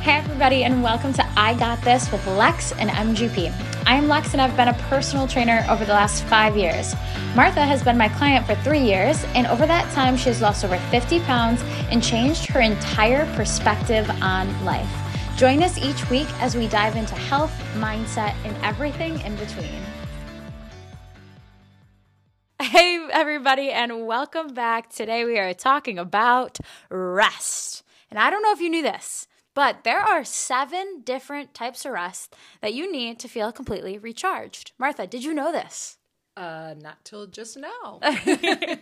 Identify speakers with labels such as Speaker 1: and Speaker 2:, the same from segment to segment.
Speaker 1: Hey, everybody, and welcome to I Got This with Lex and MGP. I am Lex, and I've been a personal trainer over the last five years. Martha has been my client for three years, and over that time, she has lost over 50 pounds and changed her entire perspective on life. Join us each week as we dive into health, mindset, and everything in between. Hey, everybody, and welcome back. Today, we are talking about rest. And I don't know if you knew this. But there are seven different types of rest that you need to feel completely recharged. Martha, did you know this?
Speaker 2: Uh, not till just now.
Speaker 1: I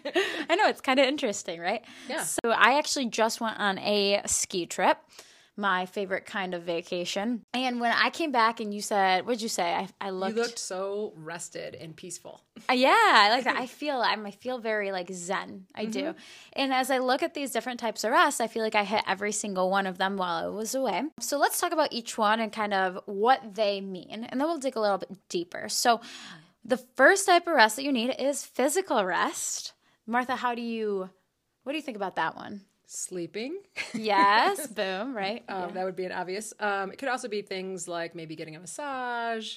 Speaker 1: know it's kind of interesting, right?
Speaker 2: Yeah.
Speaker 1: So I actually just went on a ski trip, my favorite kind of vacation. And when I came back and you said, what'd you say? I, I
Speaker 2: You
Speaker 1: looked.
Speaker 2: looked so rested and peaceful.
Speaker 1: Uh, yeah, I Mm-hmm. like that. I feel I'm, I feel very like zen. I do. And as I look at these different types of rest, I feel like I hit every single one of them while I was away. So let's talk about each one and kind of what they mean, and then we'll dig a little bit deeper. So the first type of rest that you need is physical rest. Martha, how do you? What do you think about that one?
Speaker 2: Sleeping,
Speaker 1: Yes, Uh, boom, right?
Speaker 2: um, that would be an obvious. Um, it could also be things like maybe getting a massage,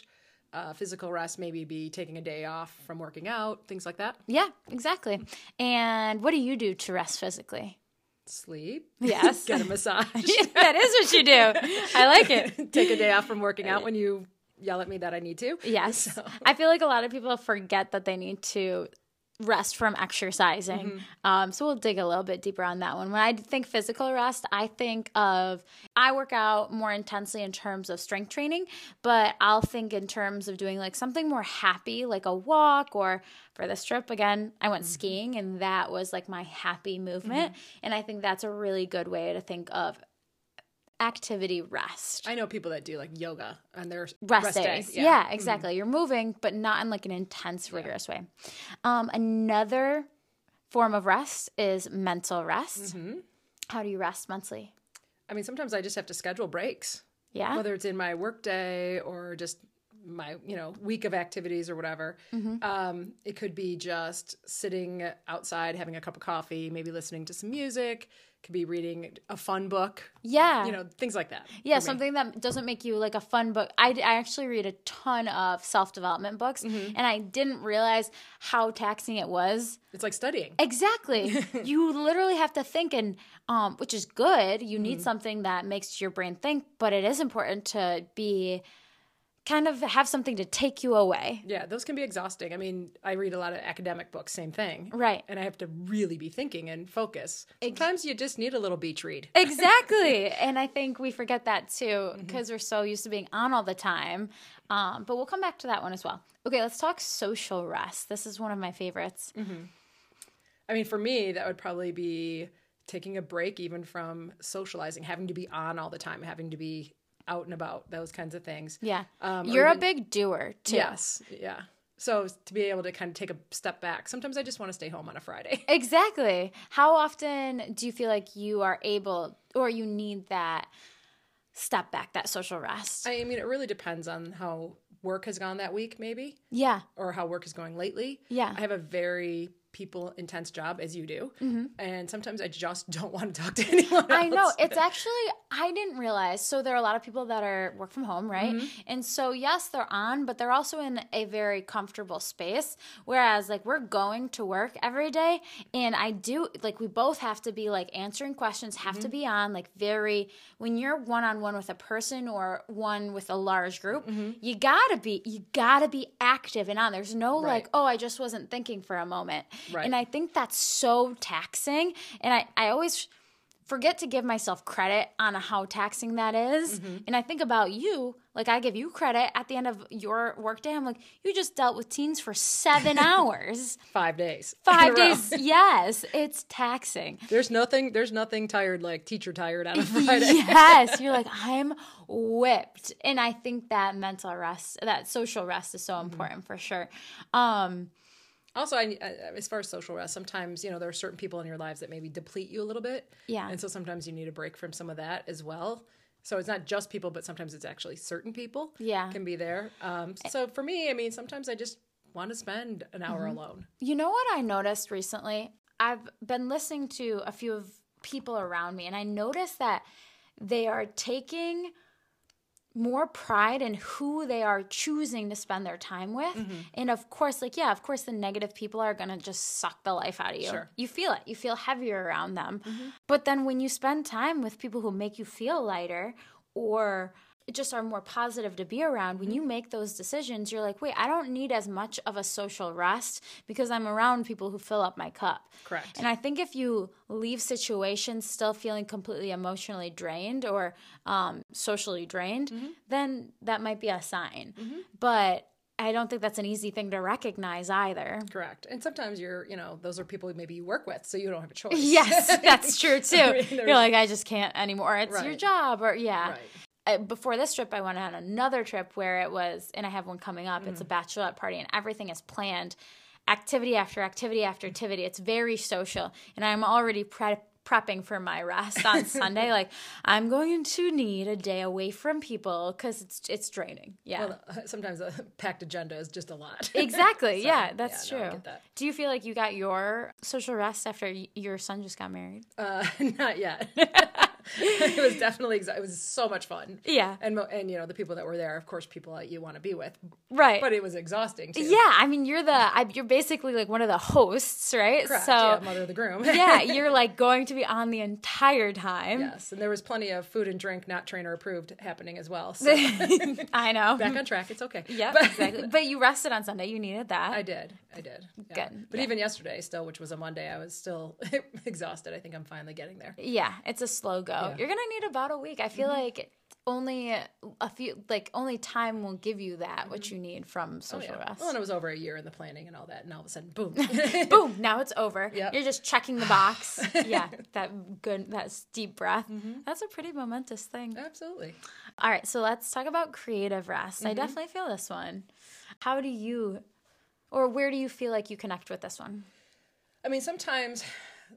Speaker 2: uh, physical rest, maybe be taking a day off from working out, things like that.
Speaker 1: yeah, exactly. And what do you do to rest physically?
Speaker 2: Sleep.
Speaker 1: Yes.
Speaker 2: Get a massage.
Speaker 1: that is what you do. I like it.
Speaker 2: Take a day off from working out when you yell at me that I need to.
Speaker 1: Yes. I feel like a lot of people forget that they need to rest from exercising. Um, so we'll dig a little bit deeper on that one. When I think physical rest, I think of I work out more intensely in terms of strength training, but I'll think in terms of doing like something more happy, like a walk or for this trip again, I went skiing and that was like my happy movement. And I think that's a really good way to think of activity rest
Speaker 2: I know people that do like yoga on their
Speaker 1: rest,
Speaker 2: rest Mm-hmm.
Speaker 1: days. Yeah, exactly. You're moving, but not in like an intense, rigorous way. Um, another form of rest is mental rest.
Speaker 2: Mm-hmm.
Speaker 1: How do you rest mentally?
Speaker 2: I mean, sometimes I just have to schedule breaks.
Speaker 1: Yeah.
Speaker 2: whether it's in my workday or just my you know week of activities or whatever
Speaker 1: Mm-hmm.
Speaker 2: um, it could be just sitting outside having a cup of coffee maybe listening to some music could be reading a fun book
Speaker 1: yeah.
Speaker 2: you know things like that
Speaker 1: Ah. yeah,
Speaker 2: for me.
Speaker 1: something that doesn't make you like a fun book. I, I actually read a ton of self development books,
Speaker 2: Mm-hmm.
Speaker 1: and I didn't realize how taxing it was
Speaker 2: it's like studying
Speaker 1: Exactly. you literally have to think, and um, which is good. You need something that makes your brain think, but it is important to be kind of have something to take you away.
Speaker 2: yeah those can be exhausting i mean i read a lot of academic books same thing
Speaker 1: Right.
Speaker 2: and i have to really be thinking and focus sometimes you just need a little beach read
Speaker 1: Exactly. and I think we forget that too because we're so used to being on all the time. Um, but we'll come back to that one as well. Okay, let's talk social rest. This is one of my favorites.
Speaker 2: I mean, for me, that would probably be taking a break even from socializing, having to be on all the time, having to be out and about, those kinds of things.
Speaker 1: Yeah.
Speaker 2: Um, or
Speaker 1: You're a
Speaker 2: even-
Speaker 1: big doer too.
Speaker 2: Yes. Yeah. So to be able to kind of take a step back. Sometimes I just want to stay home on a Friday.
Speaker 1: Exactly. How often do you feel like you are able or you need that step back, that social rest?
Speaker 2: I mean, it really depends on how work has gone that week, maybe,
Speaker 1: yeah.
Speaker 2: or how work is going lately.
Speaker 1: Yeah.
Speaker 2: I have a very people intense job, as you do. And sometimes I just don't want to talk to anyone.
Speaker 1: Mm-hmm. I know.
Speaker 2: else.
Speaker 1: It's actually I didn't realize. So there are a lot of people that are work from home, right? And so yes, they're on, but they're also in a very comfortable space. Whereas like we're going to work every day and I do like we both have to be like answering questions, have to be on like very when you're one on one with a person or one with a large group, you gotta be you gotta be active and on. There's no like,
Speaker 2: Right.
Speaker 1: oh, I just wasn't thinking for a moment.
Speaker 2: Right.
Speaker 1: And I think that's so taxing. And I, I always forget to give myself credit on how taxing that is. And I think about you, like I give you credit at the end of your workday. I'm like, you just dealt with teens for seven hours,
Speaker 2: Five days. in a
Speaker 1: five
Speaker 2: row.
Speaker 1: days. Yes, it's taxing.
Speaker 2: There's nothing. There's nothing tired like teacher tired on a Friday.
Speaker 1: Yes, you're like, I'm whipped. And I think that mental rest, that social rest is so important for sure. Um,
Speaker 2: Also, I, I- as far as social rest, sometimes you know there are certain people in your lives that maybe deplete you a little bit.
Speaker 1: Yeah.
Speaker 2: and so sometimes you need a break from some of that as well. So it's not just people, but sometimes it's actually certain people.
Speaker 1: Yeah.
Speaker 2: can be there. Um, so for me, I mean, sometimes I just want to spend an hour
Speaker 1: Mm-hmm.
Speaker 2: alone.
Speaker 1: You know what I noticed recently? I've been listening to a few of people around me, and I noticed that they are taking more pride in who they are choosing to spend their time with. And of course, like, yeah, of course, the negative people are gonna just suck the life out of you.
Speaker 2: Sure.
Speaker 1: You feel it, you feel heavier around them. But then when you spend time with people who make you feel lighter or just are more positive to be around, when you make those decisions, you're like, wait, I don't need as much of a social rest because I'm around people who fill up my cup.
Speaker 2: Correct.
Speaker 1: And I think if you leave situations still feeling completely emotionally drained or um, socially drained,
Speaker 2: Mm-hmm.
Speaker 1: then that might be a sign. But I don't think that's an easy thing to recognize either.
Speaker 2: Correct. And sometimes you're, you know, those are people maybe you work with, so you don't have a choice.
Speaker 1: Yes, that's true too.
Speaker 2: I mean,
Speaker 1: You're
Speaker 2: there's-
Speaker 1: like, I just can't anymore. It's your
Speaker 2: Right.
Speaker 1: job, or yeah.
Speaker 2: Right.
Speaker 1: Uh, Before this trip, I went on another trip where it was, and I have one coming up.
Speaker 2: Mm.
Speaker 1: It's a bachelorette party, and everything is planned, activity after activity
Speaker 2: Mm.
Speaker 1: after activity. It's very social, and I'm already pre- prepping for my rest on Sunday. Like, I'm going to need a day away from people because it's it's draining. Yeah,
Speaker 2: Well, uh, sometimes a packed agenda is just a lot.
Speaker 1: exactly. yeah, that's
Speaker 2: yeah, no, I
Speaker 1: true.
Speaker 2: get that.
Speaker 1: Do you feel like you got your social rest after y- your son just got married?
Speaker 2: Uh, not yet. it was definitely exa- it was so much fun.
Speaker 1: Yeah.
Speaker 2: And mo- and you know the people that were there, of course, people that you want to be with,
Speaker 1: Right.
Speaker 2: but it was exhausting too.
Speaker 1: Yeah, I mean, you're the I, you're basically like one of the hosts, right?
Speaker 2: Correct,
Speaker 1: So
Speaker 2: yeah, mother of the groom.
Speaker 1: yeah, you're like going to be on the entire time.
Speaker 2: yes, and there was plenty of food and drink, not trainer approved, happening as well. So
Speaker 1: I know.
Speaker 2: back on track, it's okay.
Speaker 1: yeah,
Speaker 2: But-
Speaker 1: exactly. But you rested on Sunday. You needed that.
Speaker 2: I did. I did. yeah.
Speaker 1: Good,
Speaker 2: But
Speaker 1: yeah.
Speaker 2: even yesterday, still, which was a Monday, I was still exhausted. I think I'm finally getting there.
Speaker 1: yeah, it's a slow go. You're gonna need about a week. I feel
Speaker 2: Mm-hmm.
Speaker 1: like only a few, like only time will give you that what you need from social
Speaker 2: Mm-hmm. Oh, Yeah.
Speaker 1: rest.
Speaker 2: Well, and it was over a year in the planning and all that, and all of a sudden, boom.
Speaker 1: Boom! Now it's over.
Speaker 2: Yep.
Speaker 1: You're just checking the box. yeah, that good, that deep breath.
Speaker 2: Mm-hmm.
Speaker 1: That's a pretty momentous thing.
Speaker 2: Absolutely.
Speaker 1: All right, so let's talk about creative rest.
Speaker 2: Mm-hmm.
Speaker 1: I definitely feel this one. How do you, or where do you feel like you connect with this one?
Speaker 2: I mean, sometimes,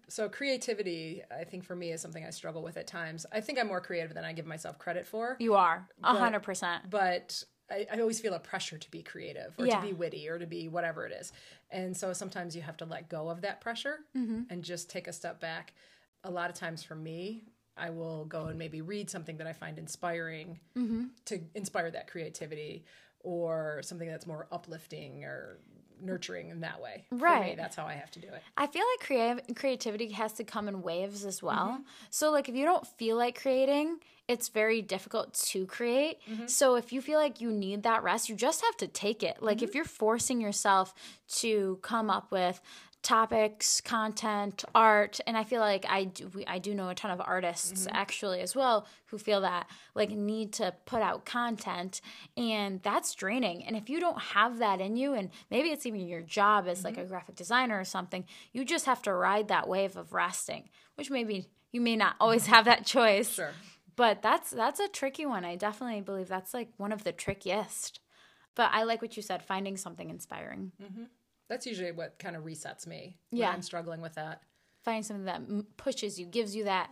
Speaker 2: so creativity, I think for me, is something I struggle with at times. I think I'm more creative than I give myself credit for,
Speaker 1: You are a hundred percent.
Speaker 2: but I, I always feel a pressure to be creative or
Speaker 1: Yeah.
Speaker 2: to be witty or to be whatever it is. And so sometimes you have to let go of that pressure
Speaker 1: Mm-hmm.
Speaker 2: and just take a step back. A lot of times for me, I will go and maybe read something that I find inspiring
Speaker 1: Mm-hmm.
Speaker 2: to inspire that creativity or something that's more uplifting or nurturing in that way. For me,
Speaker 1: Right.
Speaker 2: that's how I have to do it.
Speaker 1: I feel like creative creativity has to come in waves as well. So like if you don't feel like creating, it's very difficult to create. So if you feel like you need that rest, you just have to take it. Like if you're forcing yourself to come up with topics, content, art, and I feel like I do, we, I do know a ton of artists actually as well who feel that like need to put out content and that's draining. And if you don't have that in you and maybe it's even your job as like a graphic designer or something, you just have to ride that wave of resting, which maybe you may not always have that choice.
Speaker 2: Sure.
Speaker 1: But that's that's a tricky one. I definitely believe that's like one of the trickiest. But I like what you said, finding something inspiring.
Speaker 2: that's usually what kind of resets me when
Speaker 1: Yeah.
Speaker 2: i'm struggling with that
Speaker 1: Finding something that m- pushes you, gives you that.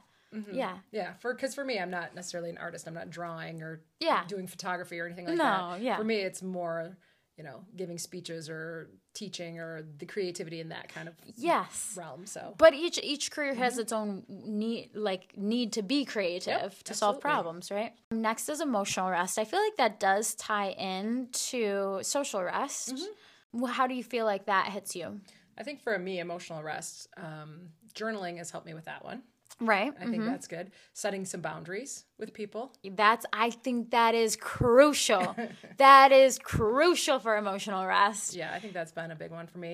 Speaker 1: Yeah.
Speaker 2: yeah for because for me i'm not necessarily an artist i'm not drawing or
Speaker 1: Yeah.
Speaker 2: doing photography or anything like
Speaker 1: No,
Speaker 2: that
Speaker 1: yeah.
Speaker 2: for me it's more you know giving speeches or teaching or the creativity in that kind of
Speaker 1: Yes.
Speaker 2: realm so
Speaker 1: But each each career
Speaker 2: Mm-hmm.
Speaker 1: has its own need like need to be creative to solve
Speaker 2: absolutely.
Speaker 1: problems, right? Next is emotional rest. I feel like that does tie in to social rest.
Speaker 2: Mm-hmm.
Speaker 1: Well, How do you feel like that hits you?
Speaker 2: i think for me emotional rest um, journaling has helped me with that one
Speaker 1: Right?
Speaker 2: i think that's good setting some boundaries with people
Speaker 1: That's I think that is crucial. that is crucial for emotional rest.
Speaker 2: yeah i think that's been a big one for me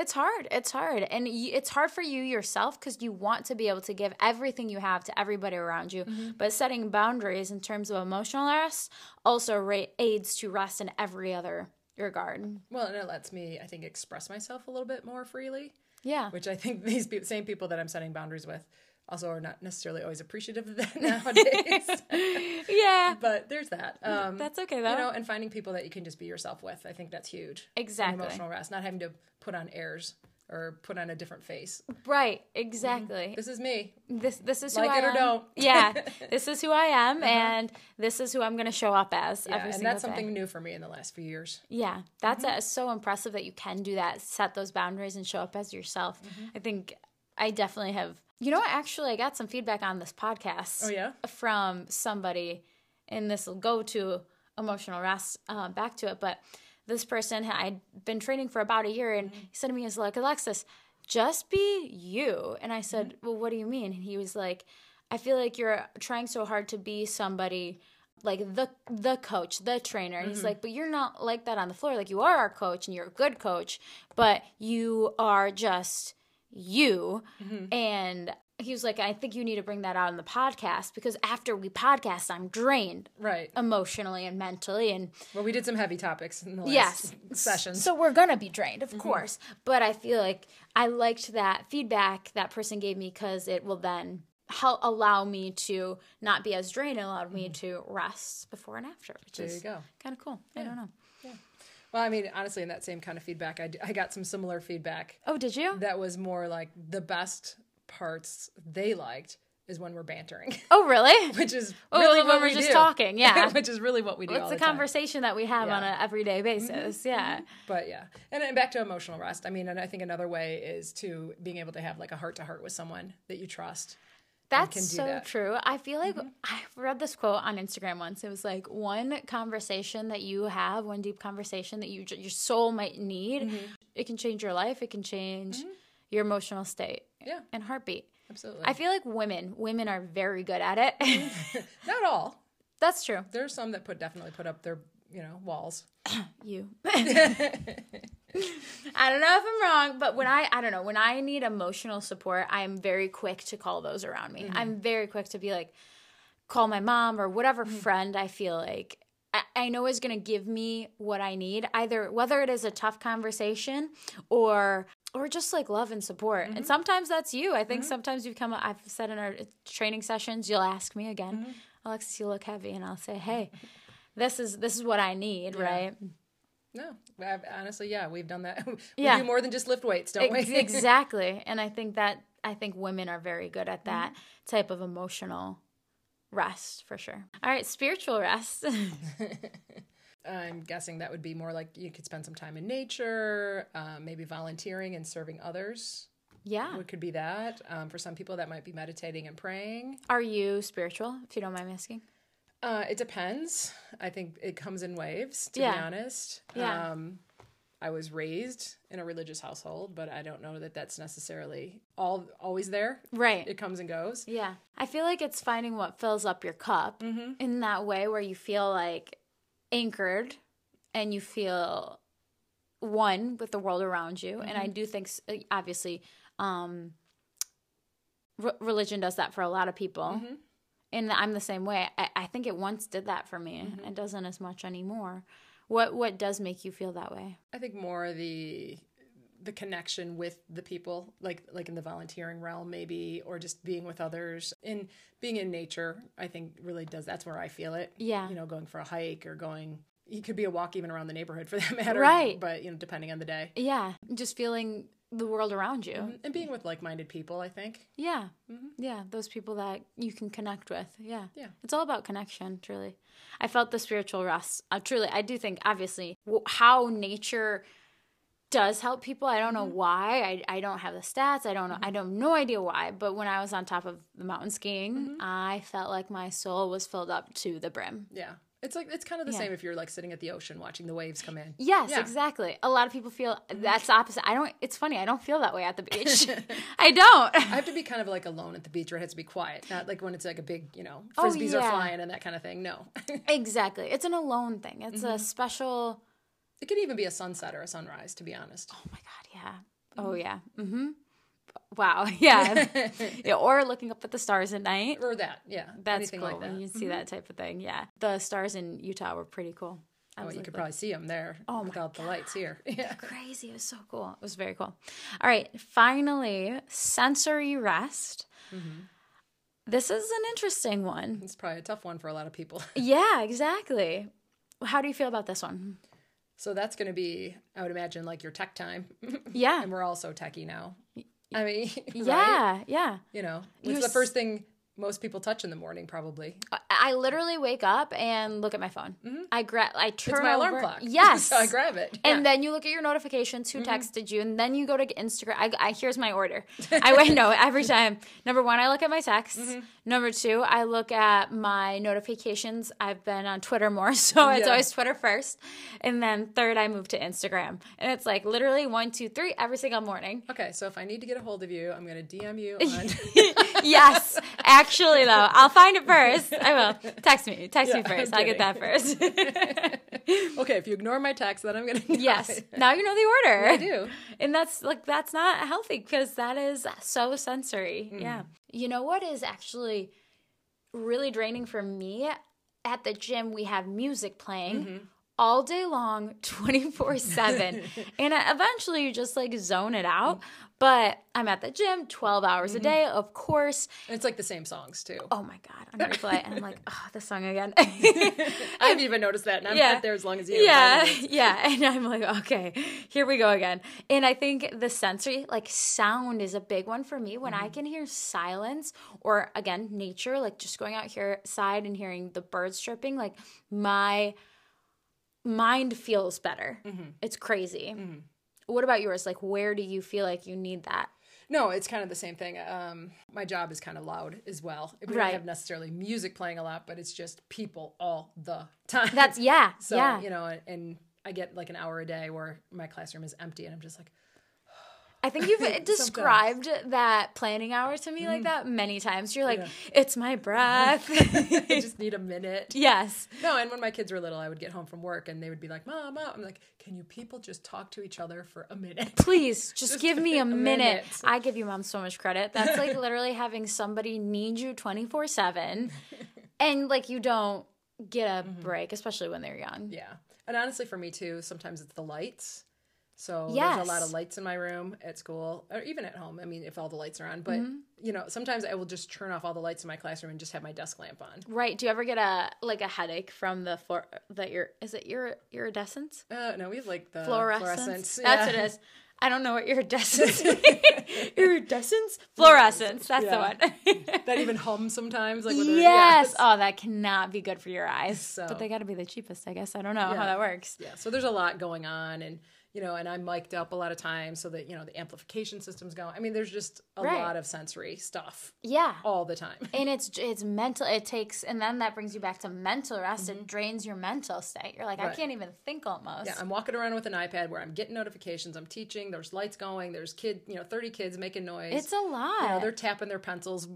Speaker 1: It's hard. It's hard. And y it's hard for you yourself because you want to be able to give everything you have to everybody around you.
Speaker 2: Mm-hmm.
Speaker 1: But setting boundaries in terms of emotional rest also ra- aids to rest in every other regard.
Speaker 2: well and it lets me i think express myself a little bit more freely
Speaker 1: Yeah.
Speaker 2: which I think these peop same people that I'm setting boundaries with also are not necessarily always appreciative of that nowadays.
Speaker 1: yeah.
Speaker 2: but there's that. Um,
Speaker 1: That's okay,
Speaker 2: Mm-hmm. You
Speaker 1: though.
Speaker 2: know, and finding people that you can just be yourself with, I think that's huge. And
Speaker 1: Exactly.
Speaker 2: Emotional rest, not having to put on airs or put on a different face.
Speaker 1: Right. Exactly.
Speaker 2: Mm-hmm. This is me.
Speaker 1: This this is who
Speaker 2: Like
Speaker 1: I
Speaker 2: it or
Speaker 1: am.
Speaker 2: don't. Uh-huh.
Speaker 1: yeah. This is who I am and this is who I'm going to show up as
Speaker 2: Yeah,
Speaker 1: every
Speaker 2: and
Speaker 1: single
Speaker 2: that's
Speaker 1: day.
Speaker 2: something new for me in the last few years.
Speaker 1: Yeah, that's uh so impressive that you can do that, set those boundaries and show up as yourself. I think I definitely have. You know, what? actually, I got some feedback on this podcast.
Speaker 2: Oh, yeah?
Speaker 1: from somebody, and this will go to emotional rest. Uh, back to it, but this person had I'd been training for about a year, and he said to me, "Is like Alexis, just be you." And I said, "Well, what do you mean?" And he was like, "I feel like you're trying so hard to be somebody." like the the coach, the trainer. And he's like, but you're not like that on the floor. Like you are our coach and you're a good coach, but you are just you.
Speaker 2: Mm-hmm.
Speaker 1: And he was like, I think you need to bring that out in the podcast because after we podcast, I'm drained
Speaker 2: Right.
Speaker 1: emotionally and mentally and
Speaker 2: Well, we did some heavy topics in the last
Speaker 1: Yes.
Speaker 2: session.
Speaker 1: so we're gonna be drained,
Speaker 2: Mm-hmm.
Speaker 1: of course. But I feel like I liked that feedback that person gave me because it will then help allow me to not be as drained and allowed me to rest before and after, which
Speaker 2: Mm-hmm. there
Speaker 1: is
Speaker 2: you go.
Speaker 1: kind of cool. I don't know.
Speaker 2: Well, I mean, honestly, in that same kind of feedback, I, d- I got some similar feedback
Speaker 1: Oh, did you?
Speaker 2: that was more like the best parts they liked is when we're bantering,
Speaker 1: Oh, really?
Speaker 2: which is
Speaker 1: Oh,
Speaker 2: really
Speaker 1: when
Speaker 2: what
Speaker 1: we're
Speaker 2: we
Speaker 1: just
Speaker 2: do.
Speaker 1: talking, yeah.
Speaker 2: which is really what we do. all
Speaker 1: It's a
Speaker 2: the time.
Speaker 1: conversation that we have
Speaker 2: Yeah. Mm-hmm.
Speaker 1: on an everyday basis. Yeah.
Speaker 2: But yeah, and then back to emotional rest. I mean, and I think another way is to being able to have like a heart to heart with someone that you trust.
Speaker 1: That's
Speaker 2: can do
Speaker 1: so
Speaker 2: that. Mm-hmm.
Speaker 1: true. I feel like I read this quote on Instagram once. It was like one conversation that you have, one deep conversation that you j- your soul might need.
Speaker 2: Mm-hmm.
Speaker 1: It can change your life. It can change your emotional state.
Speaker 2: Yeah.
Speaker 1: and heartbeat.
Speaker 2: Absolutely.
Speaker 1: I feel like women, women are very good at it.
Speaker 2: Mm-hmm. Not all.
Speaker 1: That's true.
Speaker 2: There's some that put definitely put up their you know walls.
Speaker 1: You. I don't know if I'm wrong, but when I I don't know, when I need emotional support, I'm very quick to call those around me. I'm very quick to be like call my mom or whatever friend I feel like I, I know is going to give me what I need, either whether it is a tough conversation or or just like love and support. And sometimes that's you. I think sometimes you've come I've said in our training sessions, you'll ask me again, Alexis, you look heavy and I'll say, "Hey, this is this is what I need," right?
Speaker 2: No, I've, honestly, yeah, we've done that. we
Speaker 1: Yeah.
Speaker 2: do more than just lift weights, don't
Speaker 1: Ex-
Speaker 2: we?
Speaker 1: exactly and i think that i think women are very good at that type of emotional rest for sure all right spiritual rest
Speaker 2: I'm guessing that would be more like you could spend some time in nature, um, maybe volunteering and serving others.
Speaker 1: yeah
Speaker 2: What could be that? Um, for some people, that might be meditating and praying.
Speaker 1: are you spiritual if you don't mind me asking
Speaker 2: Uh, it depends. I think it comes in waves, to be
Speaker 1: Yeah.
Speaker 2: honest.
Speaker 1: Yeah.
Speaker 2: Um, I was raised in a religious household, but I don't know that that's necessarily all always there.
Speaker 1: right
Speaker 2: It comes and goes.
Speaker 1: yeah i feel like it's finding what fills up your cup in that way where you feel like anchored and you feel one with the world around you and i do think s- obviously um re- religion does that for a lot of people and i'm the same way i, I think it once did that for me it doesn't as much anymore what what does make you feel that way
Speaker 2: I think more the the connection with the people, like like in the volunteering realm, maybe, or just being with others. In being in nature, I think really does. That's where I feel it.
Speaker 1: Yeah.
Speaker 2: You know, going for a hike or going. It could be a walk even around the neighborhood for that matter.
Speaker 1: Right.
Speaker 2: But you know, depending on the day.
Speaker 1: yeah just feeling the world around you
Speaker 2: And being with like minded people, I think.
Speaker 1: Yeah. Yeah. Those people that you can connect with. Yeah.
Speaker 2: Mm-hmm. Yeah.
Speaker 1: It's all about connection, truly. I felt the spiritual rest. Uh, truly, I do think, obviously, w- how nature does help people. I don't know
Speaker 2: Mm-hmm.
Speaker 1: why. I, I don't have the stats. I don't know. I don't no idea why. But when I was on top of the mountain skiing,
Speaker 2: Mm-hmm.
Speaker 1: I felt like my soul was filled up to the brim.
Speaker 2: Yeah. It's like it's kind of the same if you're like sitting at the ocean watching the waves come in.
Speaker 1: Yes,
Speaker 2: Yeah. Mm-hmm.
Speaker 1: exactly. A lot of people feel that's the opposite. I don't. It's funny. I don't feel that way at the beach. I don't.
Speaker 2: I have to be kind of like alone at the beach where it has to be quiet, not like when it's like a big, you know,
Speaker 1: Oh,
Speaker 2: frisbees are
Speaker 1: yeah.
Speaker 2: flying and that kind of thing. No.
Speaker 1: Exactly. It's an alone thing. It's
Speaker 2: Mm-hmm.
Speaker 1: a special.
Speaker 2: it could even be a sunset or a sunrise, to be honest.
Speaker 1: Oh my god, yeah. Oh yeah. Mm-hmm. Wow. Yeah. yeah. Or looking up at the stars at night.
Speaker 2: Or that, yeah.
Speaker 1: That's
Speaker 2: anything
Speaker 1: cool.
Speaker 2: like that.
Speaker 1: when you see that Mm-hmm. type of thing. Yeah. The stars in Utah were pretty cool. I was
Speaker 2: Well, Oh, you
Speaker 1: like,
Speaker 2: could probably see them there
Speaker 1: Oh my
Speaker 2: without the lights here. Yeah.
Speaker 1: crazy. It was so cool. It was very cool. All right. Finally, sensory rest. Mm-hmm. This is an interesting one.
Speaker 2: It's probably a tough one for a lot of people.
Speaker 1: Yeah, exactly. How do you feel about this one?
Speaker 2: So that's going to be, I would imagine, like your tech time.
Speaker 1: Yeah.
Speaker 2: and we're all so techie now. I mean, right?
Speaker 1: Yeah. Yeah.
Speaker 2: you know,
Speaker 1: You're
Speaker 2: it's the
Speaker 1: s-
Speaker 2: first thing most people touch in the morning, probably.
Speaker 1: I- I literally wake up and look at my phone. I grab, I turn
Speaker 2: It's my alarm
Speaker 1: over-
Speaker 2: clock.
Speaker 1: Yes,
Speaker 2: so I grab it.
Speaker 1: And then you look at your notifications,
Speaker 2: Mm-hmm.
Speaker 1: who texted you, and then you go to Instagram. I, I here's my order. I wait no every time. Number one, I look at my texts.
Speaker 2: Mm-hmm.
Speaker 1: Number two, I look at my notifications. I've been on Twitter more, so it's
Speaker 2: Yeah.
Speaker 1: always Twitter first. And then third, I move to Instagram, and it's like literally one, two, three every single morning.
Speaker 2: okay, so if I need to get a hold of you, I'm going to DM you on.
Speaker 1: yes, actually though, I'll find it first. I will text me. Text me
Speaker 2: Yeah, I'm
Speaker 1: 1st I'll get that first.
Speaker 2: okay, if you ignore my text, then I'm going to.
Speaker 1: Yes. Now you know the order.
Speaker 2: I do.
Speaker 1: And that's like that's not healthy because that is so sensory. Yeah. You know what is actually really draining for me at the gym we have music playing all day long 24/7 and I- eventually you just like zone it out but I'm at the gym 12 hours a day of course
Speaker 2: And it's like the same songs too.
Speaker 1: oh my god on replay and I'm like oh this song again
Speaker 2: I haven't even noticed that, and I'm
Speaker 1: Yeah.
Speaker 2: not there as long as you.
Speaker 1: yeah yeah and i'm like okay here we go again and i think the sensory like sound is a big one for me when i can hear silence or again nature like just going out here side and hearing the birds chirping like my mind feels better it's crazy what about yours like where do you feel like you need that
Speaker 2: No, it's kind of the same thing. Um, my job is kind of loud as well. We
Speaker 1: Right.
Speaker 2: don't have necessarily music playing a lot, but it's just people all the time.
Speaker 1: that's yeah
Speaker 2: so
Speaker 1: yeah
Speaker 2: you know, and, and I get like an hour a day where my classroom is empty, and I'm just like,
Speaker 1: I think you've described that planning hour to me like that many times. You're like, it's my breath.
Speaker 2: I just need a minute.
Speaker 1: yes.
Speaker 2: No, and when my kids were little, I would get home from work, and they would be like, "Mom, mom," I'm like, "Can you people just talk to each other for a minute?"
Speaker 1: please just, give me a, minute.
Speaker 2: minute.
Speaker 1: I give you mom so much credit. That's like literally having somebody need you 24 7 and like you don't get a break, especially when they're young.
Speaker 2: Mm-hmm. Yeah. And honestly, for me too, sometimes it's the lights. So there's
Speaker 1: Yes.
Speaker 2: a lot of lights in my room at school or even at home. I mean, if all the lights are on, but
Speaker 1: Mm-hmm.
Speaker 2: you know, sometimes I will just turn off all the lights in my classroom and just have my desk lamp on.
Speaker 1: Right. Do you ever get a like a headache from the floor that your is it your iridescence?
Speaker 2: Uh, no, we have like the
Speaker 1: Fluorescence.
Speaker 2: fluorescence.
Speaker 1: That's what
Speaker 2: Yeah.
Speaker 1: it is. I don't know what iridescence means. iridescence? Fluorescence. That's the one.
Speaker 2: That even hums sometimes. Like when they're- yeah,
Speaker 1: yes.
Speaker 2: it's-
Speaker 1: Oh, that cannot be good for your eyes.
Speaker 2: So-
Speaker 1: But they got to be the cheapest, I guess. I don't know how
Speaker 2: Yeah.
Speaker 1: that works.
Speaker 2: Yeah. So there's a lot going on, and you know, and I'm mic'd up a lot of times so that you know the amplification system's going. I mean, there's just a
Speaker 1: Right.
Speaker 2: lot of sensory stuff
Speaker 1: Yeah.
Speaker 2: all the time.
Speaker 1: and it's it's mental it takes and then that brings you back to mental rest it drains your mental state you're like i
Speaker 2: Mm-hmm. Right.
Speaker 1: can't even think almost
Speaker 2: Yeah, I'm walking around with an iPad where I'm getting notifications, I'm teaching, there's lights going, there's kid, you know, 30 kids making noise.
Speaker 1: it's a lot
Speaker 2: you know, they're tapping their pencils,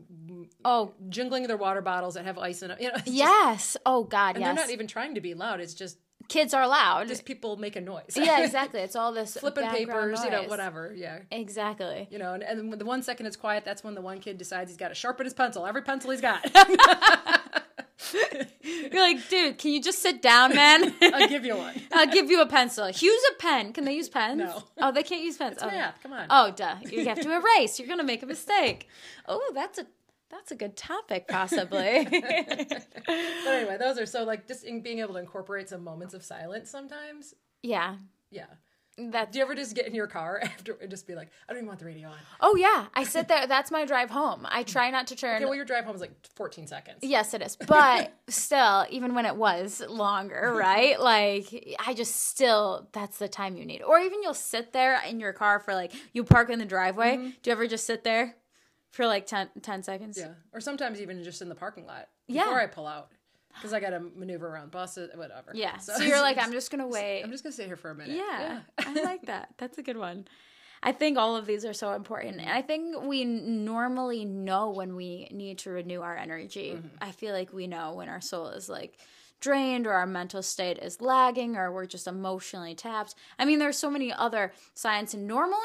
Speaker 1: oh
Speaker 2: jingling their water bottles that have ice in them. You know, it's just-
Speaker 1: yes oh god
Speaker 2: and
Speaker 1: yes
Speaker 2: they're not even trying to be loud. It's just
Speaker 1: kids are loud
Speaker 2: just people making noise.
Speaker 1: yeah exactly it's all this
Speaker 2: Flipping
Speaker 1: background
Speaker 2: papers, you know,
Speaker 1: noise.
Speaker 2: whatever. Yeah.
Speaker 1: exactly
Speaker 2: You know, and, and when the one second it's quiet, that's when the one kid decides he's got to sharpen his pencil, every pencil he's got.
Speaker 1: you're like dude can you just sit down man
Speaker 2: I'll give you one.
Speaker 1: I'll give you a pencil. Use a pen. Can they use pens?
Speaker 2: No.
Speaker 1: Oh, they can't use pens. oh.
Speaker 2: math. Come on.
Speaker 1: Oh, duh. You have to erase. You're gonna make a mistake. Oh, that's a that's a good topic, possibly.
Speaker 2: But anyway, those are so like just in being able to incorporate some moments of silence sometimes.
Speaker 1: yeah.
Speaker 2: Yeah.
Speaker 1: That
Speaker 2: Do you ever just get in your car after and just be like, I don't even want the radio on?
Speaker 1: Oh yeah, I sit there. That's my drive home. I try not to turn.
Speaker 2: Okay, well, your drive home is like 14 seconds.
Speaker 1: yes, it is, but still, even when it was longer, right? Like I just still that's the time you need. Or even you'll sit there in your car for like you park in the driveway. Do you ever just sit there for like 10, 10 seconds?
Speaker 2: Yeah. Or sometimes even just in the parking lot.
Speaker 1: Yeah.
Speaker 2: Before I pull out. Because I got to maneuver around buses, whatever.
Speaker 1: Yeah. So, you're like, I'm just gonna wait.
Speaker 2: I'm just going to sit here for a minute.
Speaker 1: yeah, I like that. That's a good one. I think all of these are so important. And I think we n- normally know when we need to renew our energy. I feel like we know when our soul is like drained or our mental state is lagging or we're just emotionally tapped. I mean, there's so many other signs and normally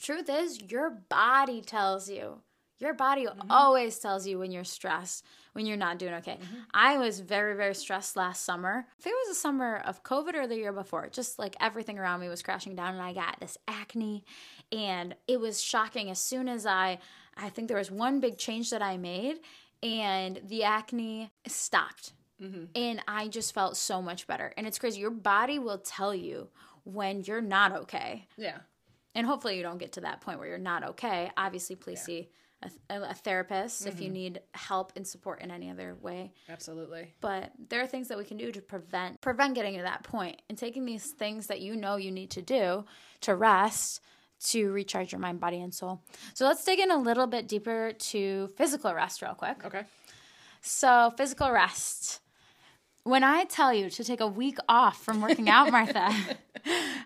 Speaker 1: truth is your body tells you your body always tells you when you're stressed when you're not doing okay i was very very stressed last summer i think it was the summer of covid or the year before just like everything around me was crashing down and i got this acne and it was shocking as soon as i i think there was one big change that i made and the acne stopped and I just felt so much better. And it's crazy. Your body will tell you when you're not okay
Speaker 2: Yeah.
Speaker 1: and hopefully you don't get to that point where you're not okay. Obviously, please see a, a therapist if you need help and support in any other way.
Speaker 2: Absolutely.
Speaker 1: But there are things that we can do to prevent prevent getting to that point and taking these things that you know you need to do to rest to recharge your mind, body, and soul. So let's dig in a little bit deeper to physical rest real quick.
Speaker 2: Okay.
Speaker 1: So, physical rest. When I tell you to take a week off from working out, Martha,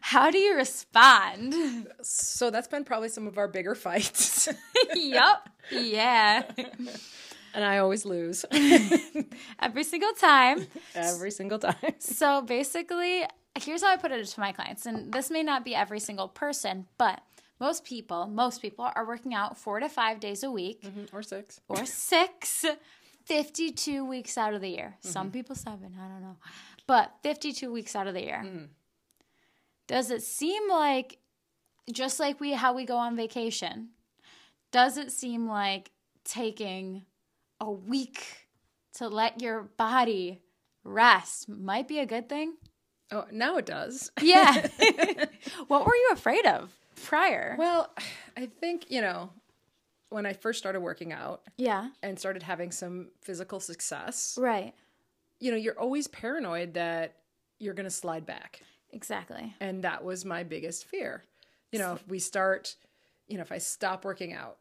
Speaker 1: how do you respond?
Speaker 2: So that's been probably some of our bigger fights.
Speaker 1: yep. Yeah.
Speaker 2: and I always lose
Speaker 1: Every single time.
Speaker 2: every single time.
Speaker 1: So basically, here's how I put it to my clients, and this may not be every single person, but most people, most people are working out four to five days a week
Speaker 2: or six.
Speaker 1: or six, Mm-hmm. 52 weeks out of the year. Some people seven, I don't know, but 52 weeks out of the year. Does it seem like, just like we how we go on vacation, does it seem like taking a week to let your body rest might be a good thing?
Speaker 2: Oh, now it does.
Speaker 1: Yeah. what were you afraid of prior?
Speaker 2: Well, I think, you know, when I first started working out
Speaker 1: yeah.
Speaker 2: and started having some physical success,
Speaker 1: Right.
Speaker 2: you know, you're always paranoid that you're going to slide back.
Speaker 1: Exactly.
Speaker 2: And that was my biggest fear. You know, if we start, you know, if I stop working out,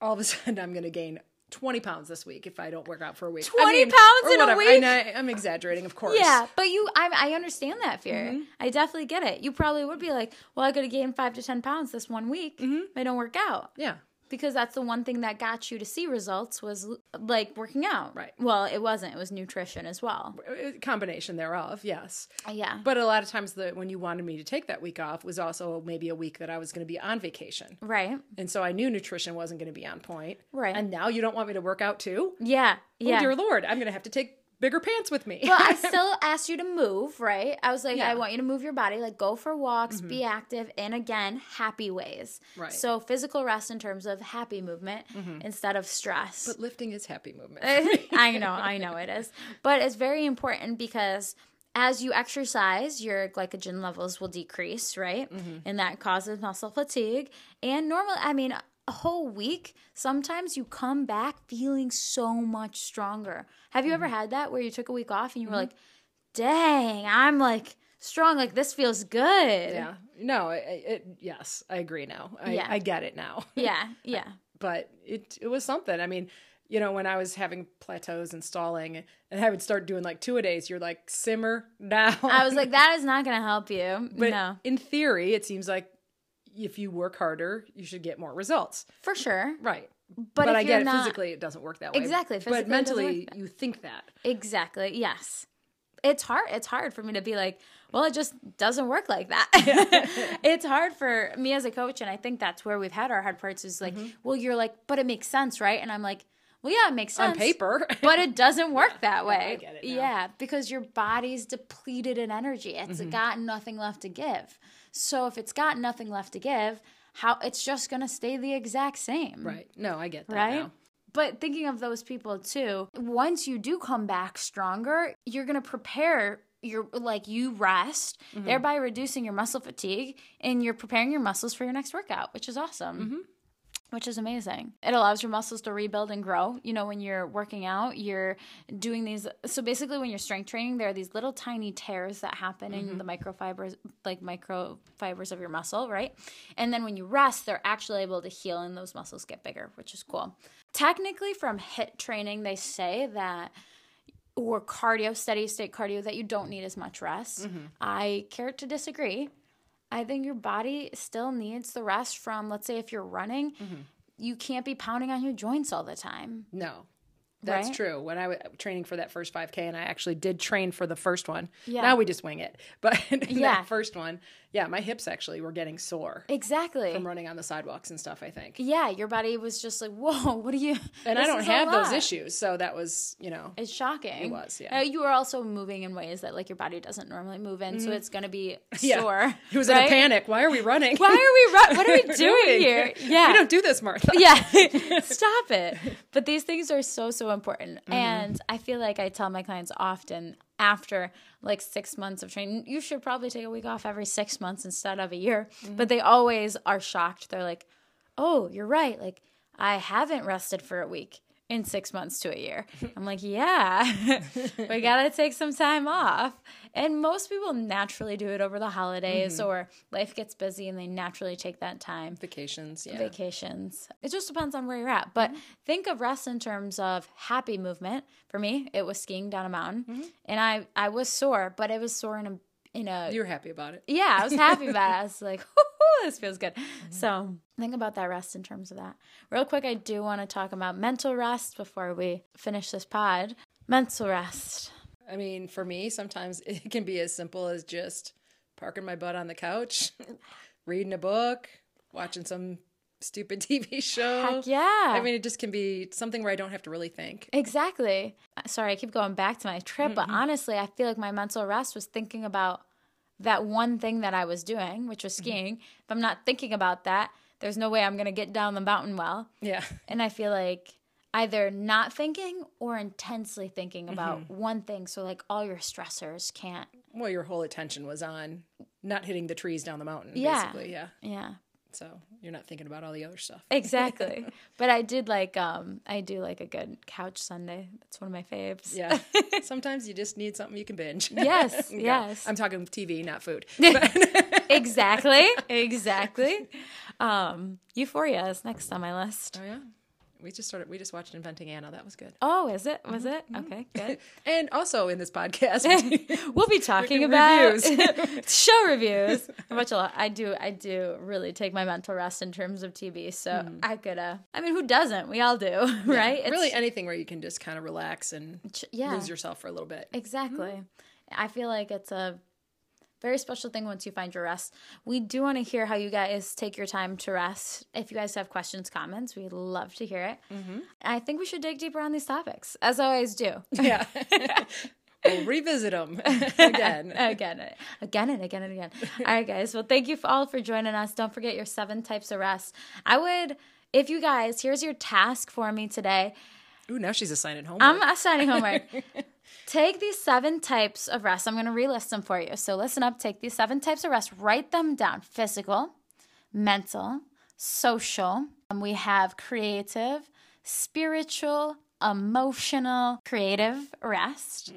Speaker 2: all of a sudden I'm going to gain 20 pounds this week if I don't work out for a week.
Speaker 1: 20 pounds
Speaker 2: or
Speaker 1: in a
Speaker 2: whatever.
Speaker 1: week?
Speaker 2: I know, I'm exaggerating, of course.
Speaker 1: Yeah, but you, I, I understand that fear.
Speaker 2: Mm-hmm.
Speaker 1: I definitely get it. You probably would be like, well, I could have gained five to 10 pounds this one week
Speaker 2: Mm-hmm.
Speaker 1: if I don't work out.
Speaker 2: Yeah.
Speaker 1: Because that's the one thing that got you to see results was like working out.
Speaker 2: Right.
Speaker 1: Well, it wasn't, it was nutrition as well.
Speaker 2: A Uh, Combination thereof, yes.
Speaker 1: Yeah.
Speaker 2: But a lot of times, the, when you wanted me to take that week off, was also maybe a week that I was going to be on vacation.
Speaker 1: right.
Speaker 2: And so I knew nutrition wasn't going to be on point.
Speaker 1: Right.
Speaker 2: And now you don't want me to work out too?
Speaker 1: Yeah. Yeah.
Speaker 2: Oh, dear Lord, I'm going to have to take bigger pants with me.
Speaker 1: well, I still asked you to move, right? I was like,
Speaker 2: Yeah. Mm-hmm.
Speaker 1: I want you to move your body, like go for walks, be active, and again, happy ways.
Speaker 2: Right. Mm-hmm.
Speaker 1: So physical rest in terms of happy movement instead of stress.
Speaker 2: But lifting is happy movement.
Speaker 1: Uh, I know, I know it is. But it's very important because as you exercise, your glycogen levels will decrease, right?
Speaker 2: Mm-hmm.
Speaker 1: And that causes muscle fatigue. And normally, I mean, a whole week, sometimes you come back feeling so much stronger. Have you ever
Speaker 2: Mm-hmm.
Speaker 1: had that where you took a week off and you were like, dang, I'm like strong, like this feels good?
Speaker 2: yeah. No, I- I- it, yes, I agree now. I,
Speaker 1: Yeah.
Speaker 2: I get it now.
Speaker 1: Yeah, yeah,
Speaker 2: but it, it was something. I mean, you know, when I was having plateaus and stalling and I would start doing like two a days, you're like, simmer down.
Speaker 1: I was like, that is not going to help you.
Speaker 2: But
Speaker 1: no,
Speaker 2: in theory, it seems like if you work harder, you should get more results.
Speaker 1: for sure.
Speaker 2: Right.
Speaker 1: But, if
Speaker 2: I
Speaker 1: you're
Speaker 2: get it
Speaker 1: not,
Speaker 2: physically, it doesn't work that way.
Speaker 1: Exactly, physically, it
Speaker 2: But
Speaker 1: doesn't
Speaker 2: mentally,
Speaker 1: work
Speaker 2: you think that.
Speaker 1: Exactly. Yes. It's hard. It's hard for me to be like, well, it just doesn't work like that. it's hard for me as a coach, and I think that's where we've had our hard parts. Is
Speaker 2: Mm-hmm.
Speaker 1: like, well, you're like, but it makes sense, right? And I'm like, well, yeah, it makes sense
Speaker 2: On paper.
Speaker 1: but it doesn't work that way.
Speaker 2: get it now.
Speaker 1: Yeah, because your body's depleted in energy. It's
Speaker 2: Mm-hmm.
Speaker 1: got nothing left to give. So if it's got nothing left to give, how it's just gonna stay the exact same.
Speaker 2: right. No, I get that.
Speaker 1: Right?
Speaker 2: now.
Speaker 1: But thinking of those people too, once you do come back stronger, you're going to prepare your like you rest, thereby reducing your muscle fatigue and you're preparing your muscles for your next workout, which is awesome. Which is amazing. It allows your muscles to rebuild and grow. You know, when you're working out, you're doing these. So basically, when you're strength training, there are these little tiny tears that happen in the microfibers, like microfibers of your muscle, right? And then when you rest, they're actually able to heal and those muscles get bigger, which is cool. Technically, from HIT training, they say that or cardio, steady state cardio, that you don't need as much rest. I care to disagree. I think your body still needs the rest from, let's say, if you're running, you can't be pounding on your joints all the time.
Speaker 2: No. That's
Speaker 1: Right?
Speaker 2: true. When I was training for that first 5K, and I actually did train for the first one.
Speaker 1: Yeah.
Speaker 2: Now we just wing it. But
Speaker 1: Yeah.
Speaker 2: that first one, yeah, my hips actually were getting sore
Speaker 1: Exactly.
Speaker 2: from running on the sidewalks and stuff, I think.
Speaker 1: yeah, your body was just like, whoa, what are you?
Speaker 2: And I
Speaker 1: this
Speaker 2: don't
Speaker 1: is a
Speaker 2: have those
Speaker 1: lot."
Speaker 2: issues. So that was, you know,
Speaker 1: It's shocking. It
Speaker 2: was, yeah.
Speaker 1: you are also moving in ways that like your body doesn't normally move in, so it's gonna be
Speaker 2: Mm-hmm. yeah.
Speaker 1: sore.
Speaker 2: He was in
Speaker 1: right?
Speaker 2: a panic. Why are we running?
Speaker 1: Why are we? Ru- what are we doing
Speaker 2: doing?
Speaker 1: here? Yeah,
Speaker 2: We don't do this, Martha.
Speaker 1: yeah stop it but these things are so so important and i feel like i tell my clients often after like six months of training you should probably take a week off every six months instead of a year but they always are shocked they're like oh you're right like I haven't rested for a week in six months to a year. I'm like, yeah, we gotta take some time off. And most people naturally do it over the holidays or life gets busy and they naturally take that time.
Speaker 2: Vacations, yeah. Mm-hmm.
Speaker 1: Vacations. It just depends on where you're at. But think of rest in terms of happy movement. For me, it was skiing down a mountain.
Speaker 2: Mm-hmm.
Speaker 1: And I, I was sore, but it was sore in a in a
Speaker 2: You're happy about it.
Speaker 1: yeah, I was happy about it. I was like, "Whoo, this feels good.
Speaker 2: Mm-hmm.
Speaker 1: So think about that rest in terms of that. Real quick, I do want to talk about mental rest before we finish this pod. Mental rest.
Speaker 2: I mean, for me, sometimes it can be as simple as just parking my butt on the couch, reading a book, watching some stupid TV show.
Speaker 1: Heck yeah.
Speaker 2: I mean, it just can be something where I don't have to really think.
Speaker 1: exactly. Uh, Sorry, I keep going back to my trip, but honestly, I feel like my mental rest was thinking about that one thing that I was doing, which
Speaker 2: Mm-hmm.
Speaker 1: was skiing. If I'm not thinking about that, there's no way I'm going to get down the mountain well.
Speaker 2: Yeah.
Speaker 1: And I feel like either not thinking or intensely thinking about
Speaker 2: Mm-hmm.
Speaker 1: one thing. So, like, all your stressors can't.
Speaker 2: Well, your whole attention was on not hitting the trees down the mountain,
Speaker 1: Yeah.
Speaker 2: basically. Yeah.
Speaker 1: Yeah.
Speaker 2: So you're not thinking about all the other stuff.
Speaker 1: Exactly. but I did like, um, I do like a good couch Sunday. That's one of my faves.
Speaker 2: Yeah. Sometimes you just need something you can binge.
Speaker 1: Yes.
Speaker 2: Yeah.
Speaker 1: Yes.
Speaker 2: I'm talking TV, not food.
Speaker 1: exactly. Exactly. Um, Euphoria is next on my list.
Speaker 2: Oh yeah. We just started. We just watched Inventing Anna. That was good.
Speaker 1: Oh, is it? Was it?
Speaker 2: Mm-hmm.
Speaker 1: Okay, good.
Speaker 2: And also in this podcast, we-
Speaker 1: We'll be talking about show reviews. I watch a lot. I do. I do really take my mental rest in terms of TV. So I could. Uh, I mean, who doesn't? We all do, right? It's-
Speaker 2: Mm-hmm. really anything where you can just kind of relax and
Speaker 1: ch- yeah.
Speaker 2: lose yourself for a little bit.
Speaker 1: Exactly. I feel like it's a very special thing once you find your rest. We do want to hear how you guys take your time to rest. If you guys have questions, comments, we'd love to hear it. I think we should dig deeper on these topics, as I always do.
Speaker 2: Yeah. we'll revisit them again.
Speaker 1: again, again, and again, and again. All right, guys. Well, thank you for- all for joining us. Don't forget your seven types of rest. I would, if you guys, here's your task for me today.
Speaker 2: Ooh, now she's assigning homework.
Speaker 1: I'm assigning homework. take these seven types of rest. I'm going to relist them for you. So listen up. Take these seven types of rest. Write them down physical, mental, social. And we have creative, spiritual, emotional, creative rest.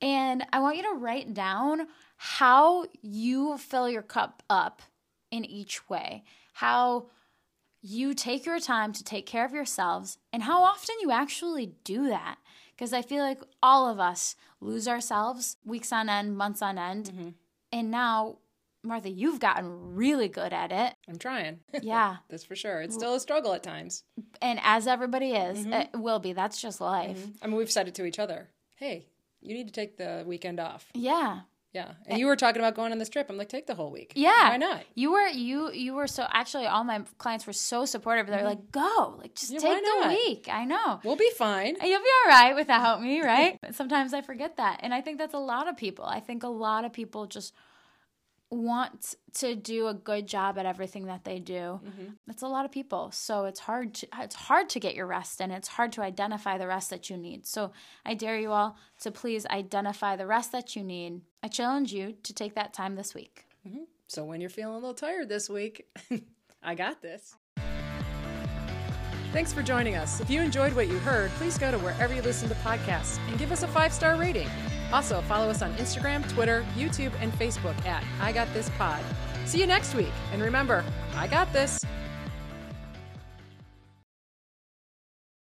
Speaker 1: And I want you to write down how you fill your cup up in each way, how you take your time to take care of yourselves, and how often you actually do that. Because I feel like all of us lose ourselves weeks on end, months on end.
Speaker 2: Mm-hmm.
Speaker 1: And now, Martha, you've gotten really good at it.
Speaker 2: I'm trying.
Speaker 1: Yeah.
Speaker 2: That's for sure. It's still a struggle at times.
Speaker 1: and as everybody is,
Speaker 2: Mm-hmm.
Speaker 1: it will be. That's just life.
Speaker 2: I mean, we've said it to each other. Hey, you need to take the weekend off.
Speaker 1: Yeah.
Speaker 2: Yeah. And you were talking about going on this trip. I'm like, take the whole week.
Speaker 1: Eh. Yeah.
Speaker 2: Why not?
Speaker 1: You were you you were so actually all my clients were so supportive. They're like, "Go. Like just
Speaker 2: Mm-hmm. Yeah, why
Speaker 1: take the
Speaker 2: not?
Speaker 1: week." I know.
Speaker 2: We'll be fine.
Speaker 1: And You'll be all right without me, right? But Sometimes I forget that. And I think that's a lot of people. I think a lot of people just want to do a good job at everything that they do. That's a lot of people. So it's hard to it's hard to get your rest and it's hard to identify the rest that you need. So I dare you all to please identify the rest that you need. I challenge you to take that time this week.
Speaker 2: So when you're feeling a little tired this week, I got this. Thanks for joining us. If you enjoyed what you heard, please go to wherever you listen to podcasts and give us a five star rating. Also, follow us on Instagram, Twitter, YouTube, and Facebook at I Got This Pod. See you next week. And remember, I got this.